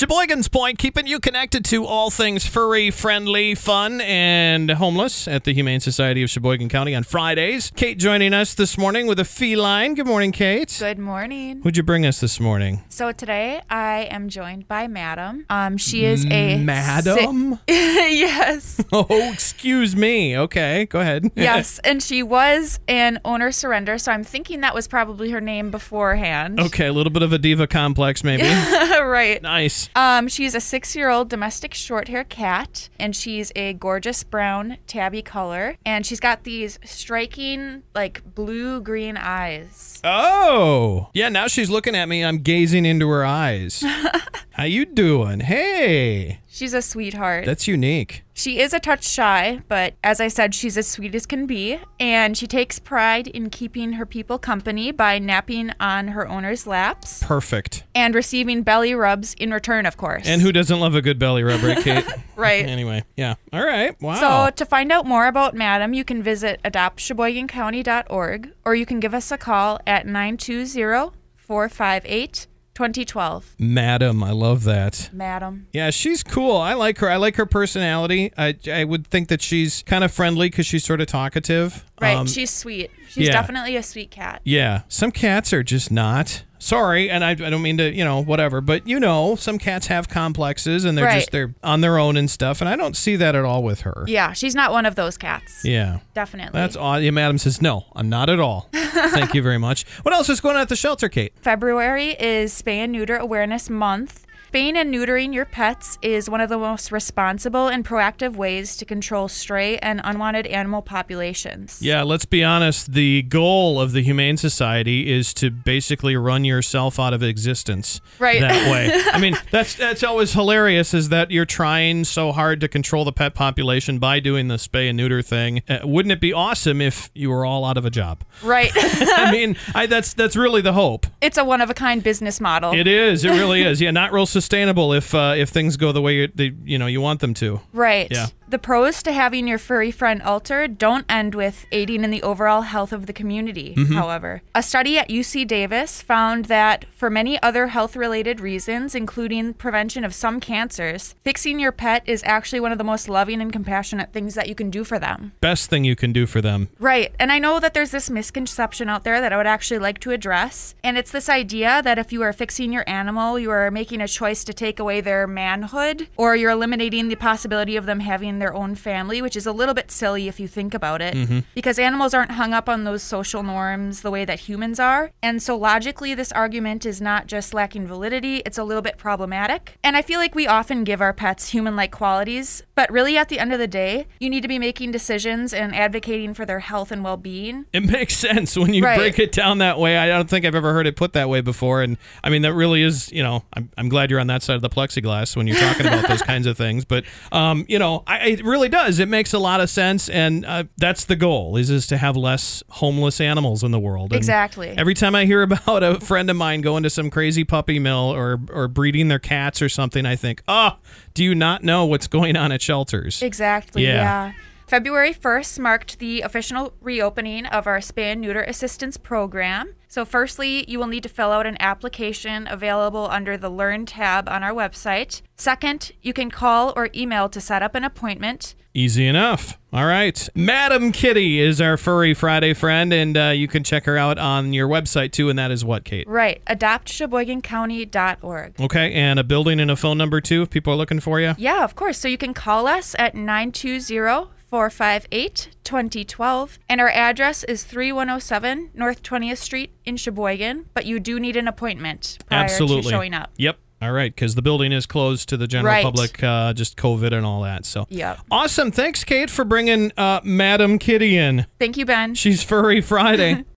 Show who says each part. Speaker 1: Sheboygan's Point, keeping you connected to all things furry, friendly, fun, and homeless at the Humane Society of Sheboygan County on Fridays. Kate joining us this morning with a feline. Good morning, Kate.
Speaker 2: Good morning.
Speaker 1: Who'd you bring us this morning?
Speaker 2: So today I am joined by Madam. Um, she is a
Speaker 1: Madam?
Speaker 2: si- yes,
Speaker 1: Oh, excuse me. Okay, go ahead.
Speaker 2: yes, and she was an owner surrender. So I'm thinking that was probably her name beforehand.
Speaker 1: okay, a little bit of a diva complex, maybe.
Speaker 2: right.
Speaker 1: nice.
Speaker 2: Um, she's a six-year-old domestic short-haired cat, and she's a gorgeous brown tabby color, and she's got these striking, like blue-green eyes.
Speaker 1: Oh, yeah. Now she's looking at me. I'm gazing into her eyes. How you doing? Hey,
Speaker 2: She's a sweetheart.
Speaker 1: that's unique.
Speaker 2: She is a touch shy, but as I said, she's as sweet as can be, and she takes pride in keeping her people company by napping on her owner's laps
Speaker 1: Perfect.
Speaker 2: and receiving belly rubs in return, of course.
Speaker 1: And who doesn't love a good belly rub, right, Kate?
Speaker 2: Right.
Speaker 1: Anyway, yeah. All right. Wow.
Speaker 2: So, to find out more about Madam, you can visit adoptsheboygancounty.org or you can give us a call at 920 458 2012.
Speaker 1: Madam, I love that.
Speaker 2: Madam.
Speaker 1: Yeah, she's cool. I like her. I like her personality. I, I would think that she's kind of friendly because she's sort of talkative.
Speaker 2: Right,
Speaker 1: Um,
Speaker 2: she's sweet. She's
Speaker 1: yeah.
Speaker 2: definitely a sweet cat.
Speaker 1: Yeah, some cats are just not. Sorry, and I, I don't mean to, you know, whatever, but you know, some cats have complexes and they're
Speaker 2: Right.
Speaker 1: just they're on their own and stuff, and I don't see that at all with her.
Speaker 2: Yeah, she's not one of those cats.
Speaker 1: Yeah.
Speaker 2: Definitely.
Speaker 1: That's odd. Yeah, madam says, no, I'm not at all. Thank you very much. What else is going on at the shelter, Kate?
Speaker 2: February is Spay and Neuter Awareness Month. Spaying and neutering your pets is one of the most responsible and proactive ways to control stray and unwanted animal populations.
Speaker 1: Yeah, let's be honest. The goal of the Humane Society is to basically run yourself out of existence.
Speaker 2: Right.
Speaker 1: That way. I mean, that's that's always hilarious is that you're trying so hard to control the pet population by doing the spay and neuter thing. Uh, wouldn't it be awesome if you were all out of a job?
Speaker 2: Right.
Speaker 1: I mean, I, that's that's really the hope.
Speaker 2: it's a one of a kind business model.
Speaker 1: It is. It really is. Yeah, not real sustainable if uh, if things go the way you, they, you know you want them to.
Speaker 2: Right.
Speaker 1: Yeah.
Speaker 2: The pros to having your furry friend altered don't end with aiding in the overall health of the community, however. A study at UC Davis found that for many other health related reasons, including prevention of some cancers, fixing your pet is actually one of the most loving and compassionate things that you can do for them.
Speaker 1: Best thing you can do for them.
Speaker 2: Right. And I know that there's this misconception out there that I would actually like to address. And it's this idea that if you are fixing your animal, you are making a choice to take away their manhood or you're eliminating the possibility of them having their own family, which is a little bit silly if you think about it. Because animals aren't hung up on those social norms the way that humans are. And so logically, this argument is not just lacking validity, it's a little bit problematic. And I feel like we often give our pets human like qualities, but really at the end of the day, you need to be making decisions and advocating for their health and well being.
Speaker 1: It makes sense when you
Speaker 2: Right.
Speaker 1: break it down that way. I don't think I've ever heard it put that way before. And I mean, that really is, you know, I'm, I'm glad you're on that side of the plexiglass when you're talking about those kinds of things. But, um, you know, I, it really does. It makes a lot of sense. And uh, that's the goal is, is to have less homeless animals in the world. And
Speaker 2: Exactly.
Speaker 1: Every time I hear about a friend of mine going to some crazy puppy mill or, or breeding their cats or something, I think, oh, do you not know what's going on at shelters?
Speaker 2: Exactly.
Speaker 1: Yeah.
Speaker 2: Yeah. February 1st marked the official reopening of our spay and neuter assistance program. So, firstly, you will need to fill out an application available under the Learn tab on our website. Second, you can call or email to set up an appointment.
Speaker 1: Easy enough. All right. Madam Kitty is our furry Friday friend, and uh, you can check her out on your website too, and that is what, Kate?
Speaker 2: Right, adoptsheboygancounty.org.
Speaker 1: Okay, and a building and a phone number too if people are looking for you.
Speaker 2: Yeah, of course. So you can call us at 920 458 2012. And our address is 3107 North 20th Street in Sheboygan. But you do need an appointment prior
Speaker 1: Absolutely.
Speaker 2: to showing up.
Speaker 1: Yep. All right, because the building is closed to the general
Speaker 2: Right.
Speaker 1: public, uh, just COVID and all that. So,
Speaker 2: Yep.
Speaker 1: Awesome. Thanks, Kate, for bringing uh, Madam Kitty in.
Speaker 2: Thank you, Ben.
Speaker 1: She's Furry Friday.